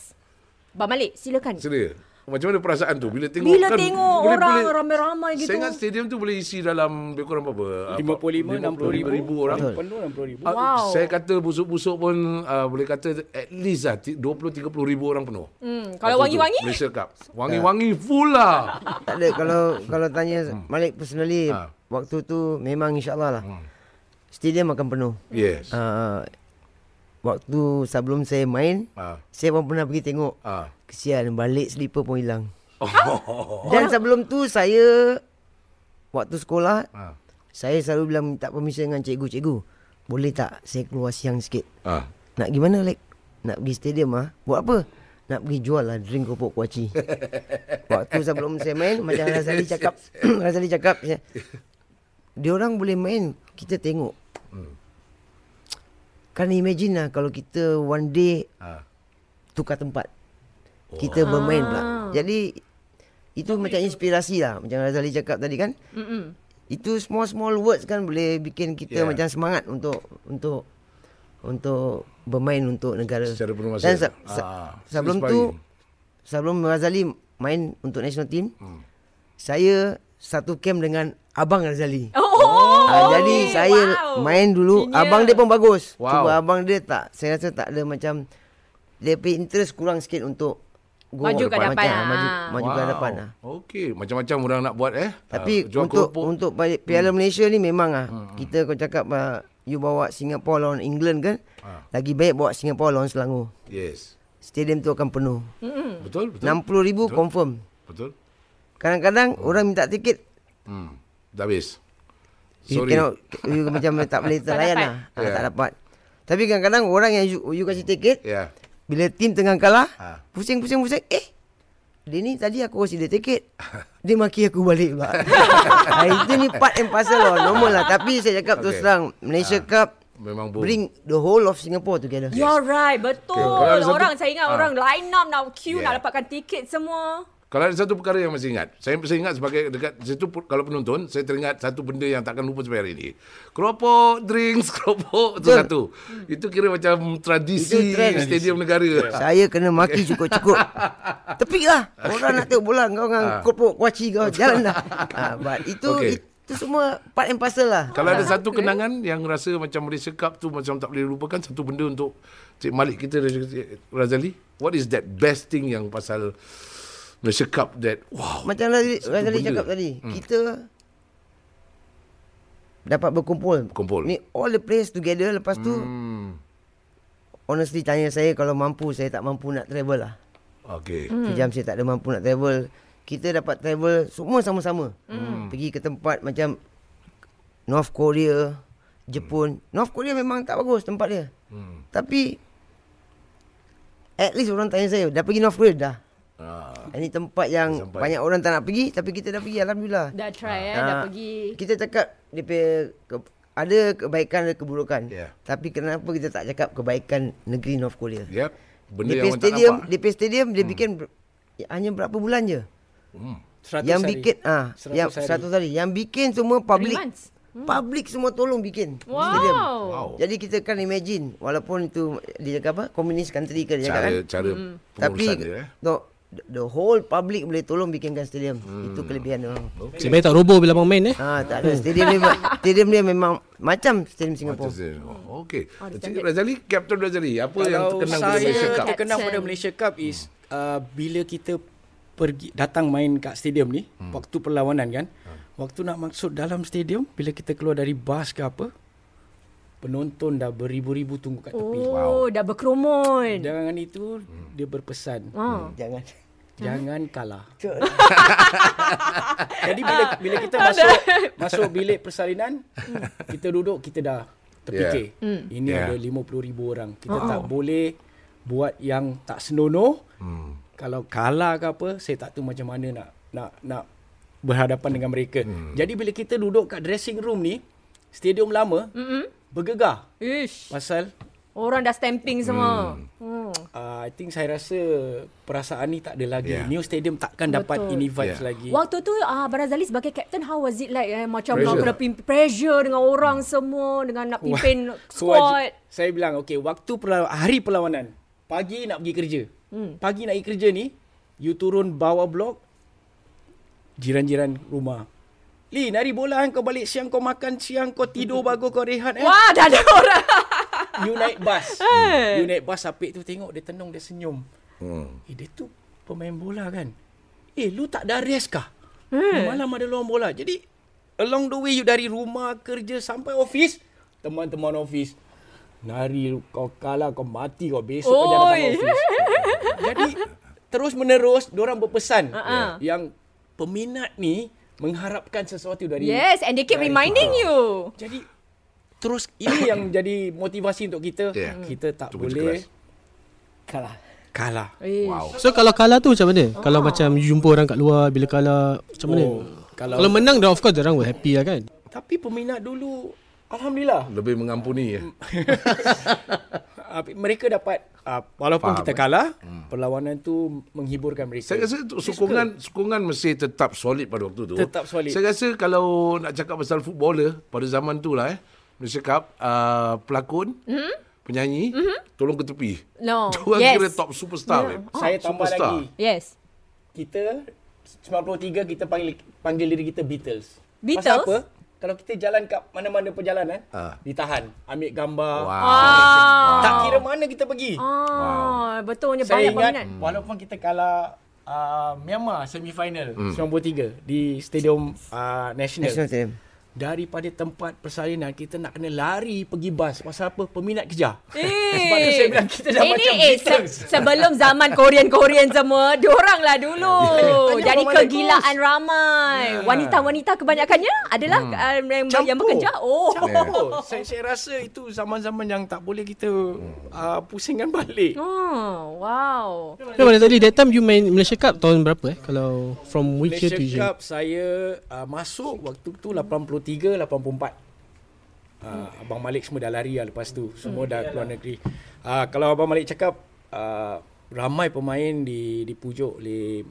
B: Bang Malik, silakan.
A: Sedia. Macam mana perasaan tu bila tengok
B: Bila
A: kan,
B: tengok
A: boleh-
B: orang
A: boleh-
B: ramai-ramai gitu.
A: Saya ingat stadium tu boleh isi dalam lebih kurang berapa?
D: 55 60 ribu,
A: ribu orang.
D: Penuh 60 ribu.
A: Ah,
B: Wow.
A: Saya kata busuk-busuk pun uh, boleh kata at least lah ti- 20 30 ribu orang penuh.
B: Hmm, kalau
A: Waktu tu,
B: wangi-wangi?
A: Malaysia Cup. Wangi-wangi full
B: [laughs]
A: lah.
E: Tak ada kalau kalau tanya Malik personally waktu tu memang insyaallah lah. Stadium akan penuh.
A: Yes.
E: Uh, waktu sebelum saya main,
A: Ah.
E: saya pun pernah pergi tengok.
A: Ah.
E: Kesian balik slipper pun hilang. Oh. Dan sebelum tu saya waktu sekolah,
A: Ah.
E: saya selalu bilang minta permission dengan cikgu-cikgu. Boleh tak saya keluar siang sikit?
A: Ah.
E: Nak gimana Lek? Nak pergi stadium ah? Buat apa? Nak pergi jual lah drink kopok kuaci. Waktu sebelum saya main macam Razali cakap, [coughs] Razali cakap saya, dia orang boleh main, kita tengok. Kan imagine lah kalau kita one day
A: Ah.
E: tukar tempat. Kita bermain
B: Ah.
E: pula. Jadi itu macam inspirasi lah macam Razali cakap tadi kan.
B: Mm-mm.
E: Itu small small words kan boleh bikin
A: Yeah.
E: kita yeah. macam semangat untuk untuk untuk bermain untuk negara.
A: Secara penuh masa.
E: Dan se-
A: Ah,
E: se- sebelum tu sebelum Razali main untuk national team, hmm. saya satu camp dengan abang Razali.
B: [laughs] Oh,
E: Ah, jadi
B: okey.
E: saya
B: Wow.
E: main dulu.
B: Senior.
E: Abang dia pun bagus.
A: Wow.
E: Cuma abang dia tak saya rasa tak ada macam dia punya interest kurang sikit untuk go
B: Maju ke
E: depan.
B: hadapan,
E: Macam,
B: ah.
E: maju maju ke hadapan ah.
A: Okey, macam-macam orang nak buat eh.
E: Tapi
A: Ah,
E: uh,
A: jual
E: untuk
A: keropok.
E: untuk balik Piala hmm. Malaysia ni memang ah hmm. kita kau cakap ah, you bawa Singapore lawan England kan?
A: Ah.
E: Lagi baik bawa Singapore lawan Selangor.
A: Yes.
E: Stadium tu akan penuh.
B: Hmm.
A: Betul, betul.
E: 60,000 confirm.
A: Betul.
E: Kadang-kadang orang minta tiket
A: Hmm. Dah habis.
E: You
A: Sorry.
E: cannot you macam [laughs] tak boleh terlayan
B: dapat.
E: lah. Ha,
A: Ya.
E: Tak dapat. Tapi kadang-kadang orang yang you, you kasih tiket,
A: Ya.
E: bila tim tengah kalah,
A: Ah.
E: pusing-pusing-pusing, eh, dia ni tadi aku kasih dia tiket.
A: [laughs]
E: Dia maki aku balik pula. ha, itu ni part and parcel lah. Normal lah. Tapi saya cakap okay. terus
A: Okay.
E: terang, Malaysia Cup
A: Memang boom.
E: bring the whole of Singapore together.
B: You're right, betul.
A: Kalau ada satu-
B: orang saya ingat
A: Ah.
B: orang line up nak queue
A: Yeah.
B: nak dapatkan tiket semua.
A: Kalau ada satu perkara yang masih ingat, saya saya ingat sebagai dekat situ pu- kalau penonton, saya teringat satu benda yang takkan lupa sampai hari ini. Keropok, drinks, [laughs] keropok itu satu. Itu kira macam tradisi
E: Itu trend.
A: stadium negara.
E: Saya kena maki
A: [laughs]
E: cukup-cukup. Tepik lah. Orang nak tengok bola kau dengan kopok kuaci kau jalan dah. Ha, but itu
A: Ah. Okay.
E: itu semua part and parcel lah.
A: Kalau ada satu kenangan yang rasa macam Malaysia Cup tu macam tak boleh lupakan satu benda untuk Cik Malik kita Razali, what is that best thing yang pasal Malaysia Cup that wow.
E: Macam Razali,
A: satu
E: Razali
A: benda.
E: cakap tadi, hmm. kita dapat berkumpul.
A: Berkumpul.
E: Ni all the players together lepas tu
A: Hmm.
E: honestly tanya saya kalau mampu saya tak mampu nak travel lah.
A: Okay.
E: Hmm. Sejam saya tak ada mampu nak travel. Kita dapat travel semua sama-sama. Hmm. Pergi ke tempat macam North Korea, Jepun.
A: Hmm.
E: North Korea memang tak bagus tempat dia. Hmm. Tapi at least orang tanya saya, dah pergi North Korea dah.
A: Ah.
E: Ini tempat yang
A: Sampai.
E: banyak orang tak nak pergi tapi kita dah pergi alhamdulillah.
B: Dah try eh,
E: Ah.
B: dah pergi.
E: Kita cakap dia punya ke- ada kebaikan ada keburukan.
A: Yeah.
E: Tapi kenapa kita tak cakap kebaikan negeri North Korea?
A: Yep. Ya, Benda
E: DP
A: yang orang tak
E: stadium,
A: nampak. Hmm.
E: DP stadium dia bikin ber- hanya berapa bulan je.
D: 100
E: yang
D: hari.
E: bikin ah
D: Seratus
E: yang
D: hari.
E: 100 hari. Yang bikin semua public.
B: months. Hmm.
E: Public semua tolong bikin stadium.
B: Wow.
A: Wow.
E: Jadi kita kan imagine walaupun itu dia cakap apa communist country ke dia cakap
A: cara
E: kan.
A: cara
E: Tapi
A: pengurusan dia eh.
E: the, the whole public boleh tolong bikinkan stadium.
A: Hmm.
E: Itu kelebihan orang.
C: Nasib baik tak roboh bila abang main eh.
E: Ah, tak ada. Stadium dia, stadium dia memang macam stadium Singapura.
A: Oh, Okey.
B: Ah,
A: Cik Razali, Captain Razali, apa yang
D: Kalau
A: terkenang
D: saya
A: pada Malaysia Cup?
D: terkenang pada Malaysia Cup is uh, bila kita pergi datang main kat stadium ni
A: Hmm.
D: waktu perlawanan kan. Waktu nak maksud dalam stadium bila kita keluar dari bas ke apa penonton dah beribu-ribu tunggu kat tepi.
B: Oh, dah berkerumun.
D: Jangan itu
A: Hmm.
D: dia berpesan
B: Ha.
E: Jangan.
D: jangan kalah. Jadi bila bila kita masuk masuk bilik persalinan kita duduk kita dah terfikir ini
A: Yeah.
D: ada 50000 orang kita tak boleh buat yang tak senonoh.
A: Hmm.
D: Kalau kalah ke apa saya tak tahu macam mana nak nak nak berhadapan dengan mereka.
A: Hmm.
D: Jadi bila kita duduk kat dressing room ni stadium lama bergegar
B: Ish.
D: pasal
B: Orang dah stamping semua. Hmm.
D: uh, I think saya rasa perasaan ni tak ada lagi.
A: Yeah.
D: New stadium takkan dapat ini
A: Yeah.
D: vibes lagi.
B: Waktu tu ah Abang Razali sebagai captain how was it like eh macam
A: Pressure.
B: nak kena pimpin pressure dengan orang
D: Hmm.
B: semua dengan nak
D: [laughs]
B: pimpin
D: Waj-
B: squad.
D: saya bilang okey waktu perlaw- hari perlawanan pagi nak pergi kerja. Hmm. Pagi nak pergi kerja ni you turun bawah blok jiran-jiran rumah. Lin, hari bola kan kau balik siang kau makan siang kau tidur bagus kau rehat eh.
B: Wah, dah ada orang.
D: [laughs] You naik bas. Hmm.
B: Kan?
D: You naik bas apik tu tengok dia tenung dia senyum.
A: Hmm.
D: Eh dia tu pemain bola kan. Eh lu tak ada rest kah? Hmm. Malam ada luang bola. Jadi along the way you dari rumah kerja sampai office, teman-teman office nari lu, kau kalah kau mati kau besok kau jangan datang
B: Oi. [laughs]
D: office. Jadi terus menerus orang berpesan
B: Ha,
D: uh-uh. yang peminat ni mengharapkan sesuatu dari
B: Yes, and they keep reminding you.
D: jadi terus ini
A: [coughs]
D: yang jadi motivasi untuk kita. Hmm.
A: Yeah.
D: Kita tak
A: Cuba
D: boleh
A: je
D: kalah. Kalah.
B: Ish.
A: Wow.
C: So kalau kalah tu macam mana? Kalau macam you jumpa orang kat luar bila kalah macam mana?
D: Ah. Oh, kalau-
C: Kalau menang dah of course orang will happy lah kan.
D: Tapi peminat dulu
A: [laughs]
D: alhamdulillah
A: Lebih mengampuni ya.
D: Mm. uh, mereka dapat uh, walaupun
A: Faham.
D: Faham. kita kalah hmm. perlawanan tu menghiburkan mereka.
A: Saya rasa tu sokongan sokongan mesti tetap solid pada waktu tu.
D: Tetap solid.
A: Saya rasa kalau nak cakap pasal footballer pada zaman tu lah eh. Malaysia Cup, uh, pelakon, mm-hmm. penyanyi, mm-hmm. tolong ke tepi.
B: Hmm?
A: [laughs]
B: No.
A: Orang
B: Yes. Oh.
A: kira top superstar. Yeah.
D: saya tambah
A: ah, Superstar.
D: lagi.
B: Yes.
D: Kita 93 kita panggil panggil diri kita Beatles.
B: Beatles?
D: Pasal apa? kalau kita jalan kat mana-mana perjalanan,
A: Ah.
D: ditahan, ambil gambar.
A: Wow.
D: Tak kira mana kita pergi.
B: Ah, betulnya banyak
D: Saya ingat
B: peminat.
D: walaupun kita kalah uh, Myanmar semi final 93 di Stadium uh, National.
E: National team.
D: Daripada tempat persalinan kita nak kena lari pergi bas. Pasal apa? Peminat kejar.
B: Eh,
D: [laughs] Sebab tu saya bilang kita dah
B: ini,
D: macam
B: eh,
D: Beatles.
B: se- sebelum zaman Korean-Korean semua, diorang lah dulu.
D: [laughs] Tanya Ya.
B: Jadi
D: orang
B: kegilaan ramai. Wanita-wanita kebanyakannya adalah uh, yang, yang bekerja. Oh.
D: Hmm. Campur. saya, saya rasa itu zaman-zaman yang tak boleh kita uh, pusingkan balik.
B: Oh, wow.
C: Macam mana tadi that time you main Malaysia Cup tahun berapa eh? Kalau from which year
D: Malaysia
C: to year?
D: Cup saya uh, masuk waktu tu 83 84. Uh, Abang Malik semua dah lari lah lepas tu. Semua dah keluar negeri. Uh, kalau Abang Malik cakap uh, ramai pemain di dipujuk oleh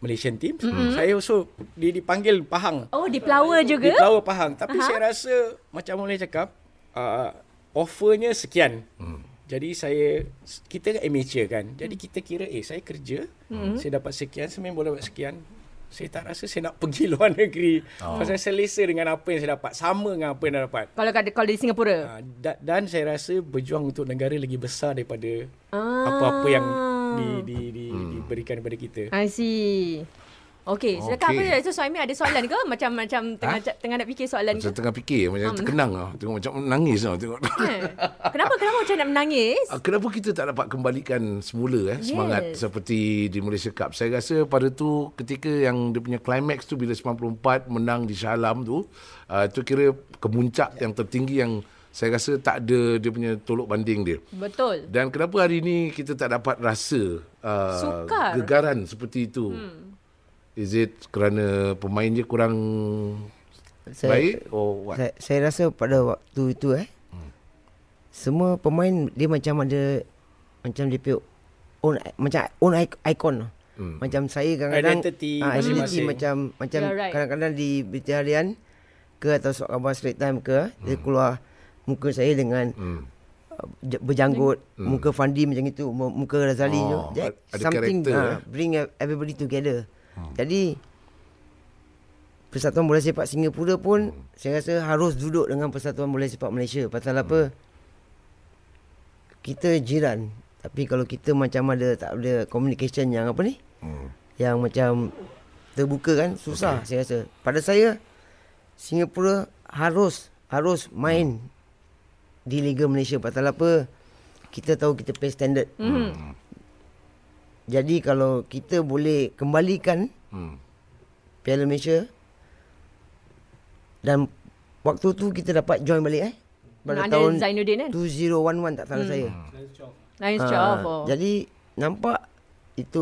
D: Malaysian team. Mm-hmm. Saya also di, dipanggil Pahang.
B: Oh, di Pelawa
D: Di
B: juga?
D: Pelawa Pahang. Tapi saya rasa macam boleh cakap uh, offernya sekian.
E: Hmm.
D: Jadi saya kita kan amateur kan. Jadi kita kira eh saya kerja, saya dapat sekian, saya main bola dapat sekian. Saya tak rasa saya nak [laughs] pergi luar negeri. Oh. Pasal saya selesa dengan apa yang saya dapat, sama dengan apa yang saya dapat.
B: Kalau kat- kalau di Singapura.
D: Uh, da- dan saya rasa berjuang untuk negara lagi besar daripada apa-apa yang di, di, di,
E: Hmm.
D: diberikan kepada kita.
B: I see. Okey, silakan
A: Okey.
B: apa so Suhaimi ada soalan ke? Macam macam
D: Ha?
B: tengah tengah nak fikir soalan
A: Macam
B: ke?
A: tengah fikir
B: Ah.
A: Macam terkenang lah Tengok macam nangis lah Tengok
B: [coughs] [laughs] Eh, Kenapa kenapa macam nak menangis?
A: Ah, Kenapa kita tak dapat kembalikan semula eh semangat
B: Yes.
A: seperti di Malaysia Cup? Saya rasa pada tu ketika yang dia punya climax tu bila 94 menang di Shah Alam tu, uh, itu kira kemuncak yang tertinggi yang saya rasa tak ada dia punya tolok banding dia.
B: Betul.
A: Dan kenapa hari ini kita tak dapat rasa uh,
B: Sukar.
A: gegaran seperti itu? Hmm. Is it kerana pemain dia kurang
E: Saya-
A: baik or what?
E: Saya, saya rasa pada waktu itu eh Semua pemain dia macam ada Macam dia punya own, Macam own ic- icon hmm. Macam saya kadang-kadang
D: Identity
E: ah, identity
D: masing-masing.
E: macam Macam
B: You're right.
E: kadang-kadang di berita harian Ke atau surat khabar straight time ke Dia keluar muka saya dengan hmm. Berjanggut hmm. Muka Fandi macam itu mu- Muka Razali
A: Oh,
E: oh, je
A: ada- ada
E: Something
A: karakter,
E: ah,
A: eh.
E: Bring everybody together Jadi Persatuan Bola Sepak Singapura pun hmm. saya rasa harus duduk dengan Persatuan Bola Sepak Malaysia pasal hmm. apa? Kita jiran tapi kalau kita macam ada tak ada communication yang apa ni? Hmm. Yang macam terbuka kan susah okay. saya rasa. Pada saya Singapura harus harus main hmm. di Liga Malaysia pasal apa? Kita tahu kita pay standard. Hmm. Jadi kalau kita boleh kembalikan
A: Hmm.
E: Piala Malaysia dan waktu tu kita dapat join balik eh pada
B: Ada
E: tahun
B: Zainuddin kan?
E: 2011 tak salah hmm. saya.
B: Lions
E: Ah,
B: Jaw. Oh.
E: Jadi nampak itu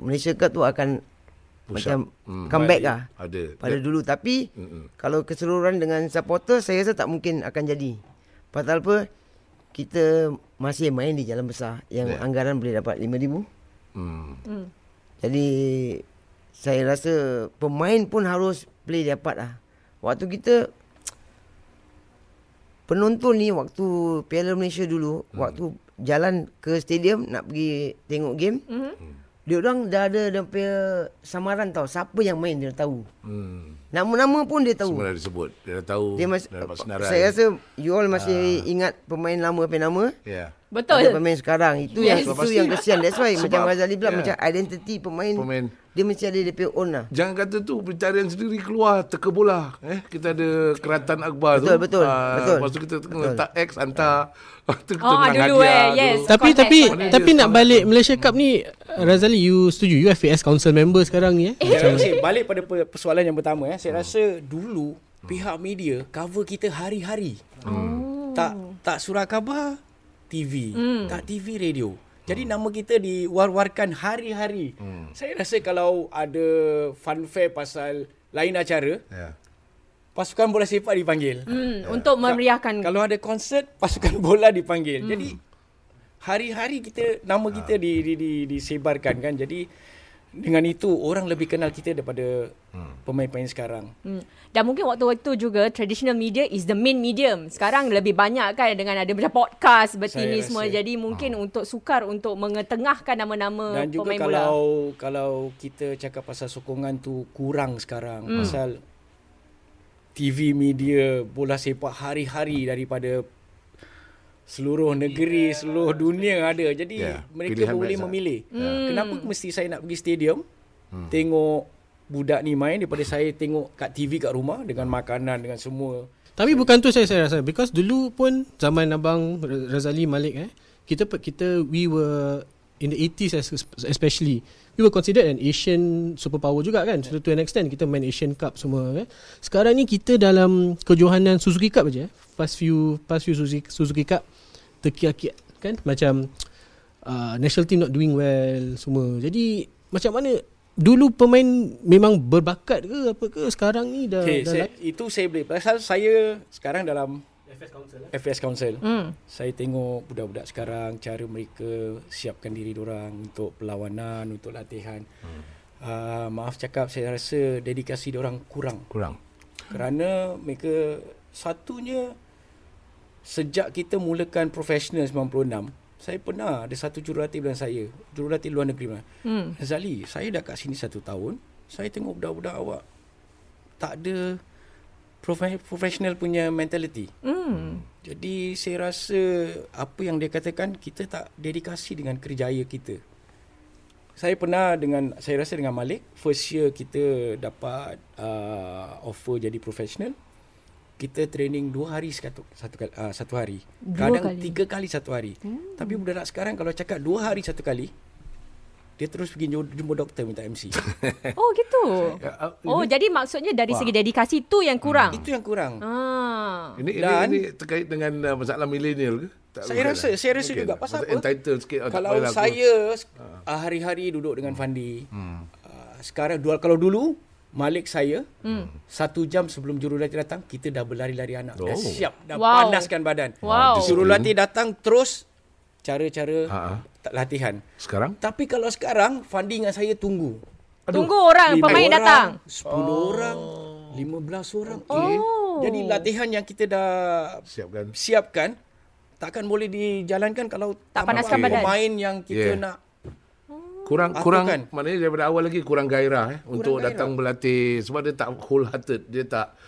E: Malaysia Cup tu akan
A: Push
E: macam
A: up. Hmm. Ya.
E: comeback lah
A: Ada.
E: pada
A: Dan-
E: dulu tapi Mm-mm. kalau keseluruhan dengan supporter saya rasa tak mungkin akan jadi. Pasal apa? Kita masih main di jalan besar yang yeah. anggaran boleh dapat 5000.
A: Hmm.
E: Jadi saya rasa pemain pun harus play their part lah. Waktu kita penonton ni waktu Piala Malaysia dulu, hmm. waktu jalan ke stadium nak pergi tengok game, hmm. dia orang dah ada dia punya samaran tau siapa yang main dia tahu.
A: Hmm.
E: Nama-nama pun dia tahu.
A: Semua dah disebut. Dia dah tahu.
E: Dia mas-
A: dah dapat senarai.
E: saya rasa you all masih
A: Ah.
E: ingat pemain lama apa nama?
A: Yeah.
E: Ada
B: Betul.
E: pemain sekarang Itu
B: Yes.
E: yes. yang itu
A: Pasti.
E: yang kesian That's why Macam
A: Sebab-
E: Ghazali bilang
A: yeah.
E: Macam identity pemain,
A: Pemain.
E: Dia mesti ada dia punya own lah
A: Jangan kata tu pencarian sendiri keluar teka bola eh kita ada keratan akbar tu.
E: Betul, betul,
A: Ah,
E: betul. Ya.
A: lepas tu kita kena letak X hantar. [laughs] Lepas tu kita
D: Ah,
B: Oh,
A: menang
B: dulu,
A: hadiah
B: eh, yes.
A: dulu.
C: Tapi
B: Contact,
C: tapi
B: contact.
C: tapi nak balik Malaysia Cup ni Razali you setuju you FAS council member sekarang ni eh?
D: Saya rasa balik pada pe- persoalan yang pertama eh. Saya rasa dulu pihak media cover kita hari-hari. Tak tak surat khabar TV, tak TV radio. Jadi nama kita diwar-warkan hari-hari. Saya rasa kalau ada funfair pasal lain acara,
A: Ya.
D: pasukan bola sepak dipanggil.
B: Hmm, untuk memeriahkan.
D: Kalau ada konsert, [laughs] pasukan bola dipanggil. Jadi hari-hari kita nama kita di, di, di disebarkan kan. Jadi dengan itu orang lebih kenal kita daripada pemain-pemain sekarang.
B: Hmm. Dan mungkin waktu-waktu itu juga traditional media is the main medium. Sekarang lebih banyak kan dengan ada macam podcast seperti
D: Saya
B: ni
D: rasa. Ah.
B: semua. Jadi mungkin untuk sukar untuk mengetengahkan nama-nama
D: Dan juga
B: pemain
D: kalau
B: bola. Hmm.
D: kalau kita cakap pasal sokongan tu kurang sekarang pasal TV media bola sepak hari-hari daripada seluruh negeri, yeah. seluruh dunia ada. Jadi
A: Yeah.
D: yeah.
A: Pilihan
D: mereka Pilihan boleh
A: banyak sangat.
D: memilih.
B: Hmm.
D: Yeah. Kenapa mesti saya nak pergi stadium tengok budak ni main daripada saya tengok kat TV kat rumah dengan makanan dengan semua.
C: Tapi bukan tu saya saya rasa because dulu pun zaman abang Ra- Razali Malik eh kita pe- kita we were in the 80s es- especially we were considered an Asian superpower juga kan so, to an extent kita main Asian Cup semua eh. Sekarang ni kita dalam kejohanan Suzuki Cup aja eh. Past few past few Suzuki, Suzuki Cup terkiak-kiak kan macam uh, national team not doing well semua. Jadi macam mana dulu pemain memang berbakat ke apa ke sekarang ni dah,
D: Okay,
C: dah
D: saya,
C: lain?
D: itu saya boleh. Pasal saya sekarang dalam FS Council. eh? Hmm. Saya tengok budak-budak sekarang cara mereka siapkan diri orang untuk perlawanan, untuk latihan. Hmm. Uh, maaf cakap saya rasa dedikasi orang kurang.
A: Kurang.
D: Kerana mereka satunya sejak kita mulakan profesional 96, saya pernah ada satu jurulatih bulan saya, jurulatih luar negeri mana. Hmm. Zali, saya dah kat sini satu tahun, saya tengok budak-budak awak tak ada profe- professional punya mentality. Hmm. Jadi saya rasa apa yang dia katakan kita tak dedikasi dengan kerjaya kita. Saya pernah dengan saya rasa dengan Malik first year kita dapat uh, offer jadi professional. Kita training dua hari satu satu kali, uh, satu hari.
B: Dua
D: Kadang
B: kali?
D: tiga kali satu hari. Hmm. Tapi budak sekarang kalau cakap dua hari satu kali dia terus pergi jumpa jumpa doktor minta MC.
B: Oh gitu.
D: uh,
A: Ya,
B: Oh jadi maksudnya dari segi dedikasi tu yang kurang.
D: Itu yang kurang.
B: Ah.
A: Ini, ini,
D: Dan-
A: ini terkait dengan uh, masalah milenial ke? Tak
D: Saya
A: bukan
D: rasa,
A: lah.
D: saya rasa
A: Bukan
D: juga.
A: lah.
D: Pasal
A: Maksud
D: apa?
A: Entitled sikit. oh, tak
D: kalau
A: payahlah aku-
D: saya uh, hari-hari duduk dengan Fandi.
A: Hmm.
D: Uh, sekarang dua kalau dulu Malik saya
B: Hmm.
D: satu jam sebelum jurulatih datang kita dah berlari-lari anak dah
A: Oh.
D: siap dah
B: Wow.
D: panaskan badan.
B: Wow. Ah,
D: Jurulatih datang terus cara-cara
A: Ha, ha.
D: ta- latihan.
A: Sekarang?
D: Tapi kalau sekarang Fandi dengan saya tunggu.
B: Tunggu orang Ah,
D: Lima
B: pemain
D: orang,
B: datang.
D: 10 oh. orang, 15 orang. Okay.
B: Oh.
D: Jadi latihan yang kita dah
A: Siapkan.
D: siapkan takkan boleh dijalankan kalau
B: Tak
D: tanpa
B: panaskan badan.
D: Pemain yang kita
A: Yeah.
D: nak
A: Kurang
D: Aku
A: kurang
D: kan.
A: maknanya daripada awal lagi kurang gairah eh untuk
D: gairah.
A: datang berlatih sebab dia tak wholehearted, dia tak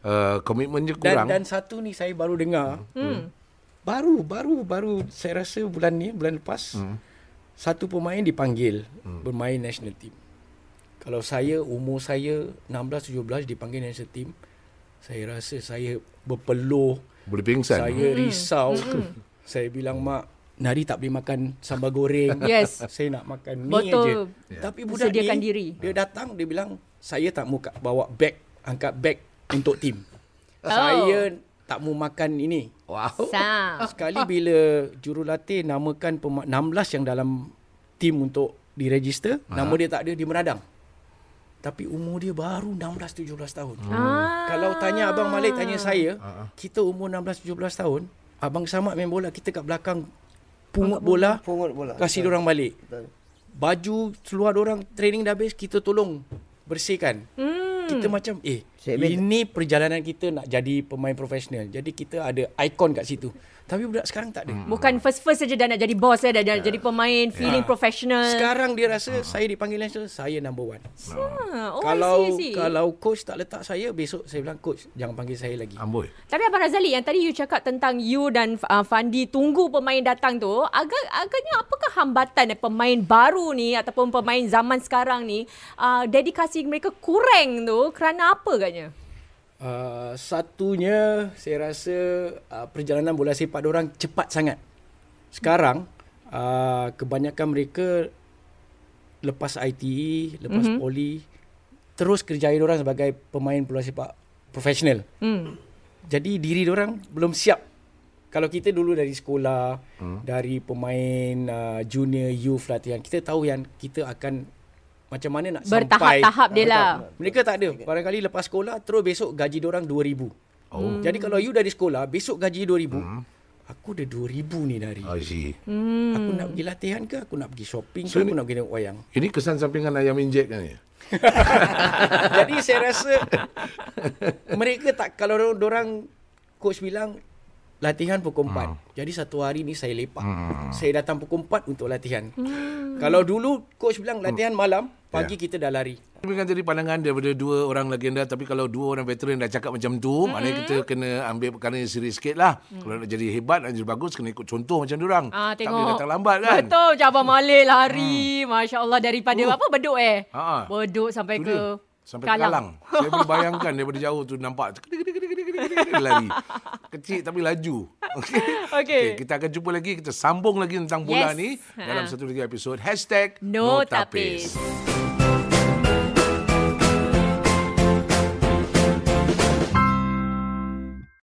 A: uh, komitmen dia kurang.
D: Dan dan satu ni saya baru dengar. Hmm. Baru baru baru saya rasa bulan ni bulan lepas hmm. satu pemain dipanggil hmm. bermain national team. Kalau saya umur saya 16 17 dipanggil national team, saya rasa saya berpeluh,
A: boleh pingsan.
D: saya
B: Hmm.
D: risau. [laughs] saya bilang mak Nari tak boleh makan sambal goreng.
B: [laughs] Yes.
D: Saya nak makan ni
B: Betul.
D: aja. Tapi budak
B: Sediakan
D: ni
B: diri.
D: dia datang dia bilang saya tak mau ka- bawa beg angkat beg untuk tim.
B: Oh.
D: Saya tak mau makan ini. Oh.
A: Wow.
B: Sam.
D: Sekali bila jurulatih namakan pema- 16 yang dalam tim untuk diregister, nama dia tak ada dia meradang. Tapi umur dia baru 16 17 tahun.
B: Ah.
D: Kalau tanya abang Malik tanya saya, kita umur 16 17 tahun, abang Samad main bola, kita kat belakang pungut bola,
E: Pungut bola.
D: kasih dia orang balik. Baju seluar dia orang training dah habis, kita tolong bersihkan. Hmm. Kita macam eh
E: Segmen-
D: ini perjalanan kita nak jadi pemain profesional. Jadi kita ada ikon kat situ. Tapi budak sekarang tak ada. Hmm.
B: Bukan first-first saja dah nak jadi boss eh, dah nak jadi pemain, feeling professional.
D: Ya. Sekarang dia rasa saya dipanggil national, saya number one.
B: Ah, oh,
D: kalau
B: I see, I see.
D: kalau coach tak letak saya, besok saya bilang coach jangan panggil saya lagi.
A: Amboi.
B: Tapi Abang Razali yang tadi you cakap tentang you dan uh, Fandi tunggu pemain datang tu, agak agaknya apakah hambatan eh, pemain baru ni ataupun pemain zaman sekarang ni uh, dedikasi mereka kurang tu kerana apa agaknya?
D: Uh, satunya saya rasa uh, perjalanan bola sepak orang cepat sangat. Sekarang uh, kebanyakan mereka lepas ITE, lepas
B: Mhm.
D: mm-hmm. poli terus kerjaya orang sebagai pemain bola sepak profesional.
B: Hmm.
D: Jadi diri orang belum siap. Kalau kita dulu dari sekolah, hmm. dari pemain uh, junior youth latihan, kita tahu yang kita akan macam mana nak sampai
B: Bertahap-tahap dia lah.
D: mereka tak ada. Barangkali lepas sekolah terus besok gaji orang 2000. Oh. Jadi kalau you dari sekolah, besok gaji 2000. Hmm. Aku ada 2000 ni dari.
A: I see.
D: Hmm. Aku nak pergi latihan ke, aku nak pergi shopping ke, aku nak pergi tengok wayang. [laughs]
A: Ini kesan sampingan ayam injek kan ni.
D: Jadi saya rasa mereka tak kalau orang coach bilang latihan pukul 4. Jadi satu hari ni saya lepak. Saya datang pukul 4 untuk latihan. Kalau dulu coach bilang latihan malam, pagi kita dah lari.
A: Ini kan jadi pandangan daripada dua orang legenda tapi kalau dua orang veteran dah cakap macam tu mm-hmm. maknanya kita kena ambil perkara yang serius sikit lah mm. kalau nak jadi hebat nak jadi bagus kena ikut contoh macam diorang
B: Ah,
A: tak
B: tengok.
A: boleh datang lambat kan Oh.
B: Betul, macam Abang Malik lari. Hmm. Masya Allah daripada uh. apa, beduk eh.
A: Ha-ha.
B: Beduk sampai
A: Tu
B: ke
A: Ha, dia. sampai kalang.
B: [laughs]
A: kalang saya boleh bayangkan daripada jauh tu nampak kedi kedi kedi kedi kedi kedi lari kecil tapi
B: [laughs]
A: laju okey
B: Okey.
A: okay, kita akan jumpa lagi kita sambung lagi tentang bola
B: Yes.
A: ni dalam
B: Ha.
A: satu lagi episod hashtag
B: No tapis.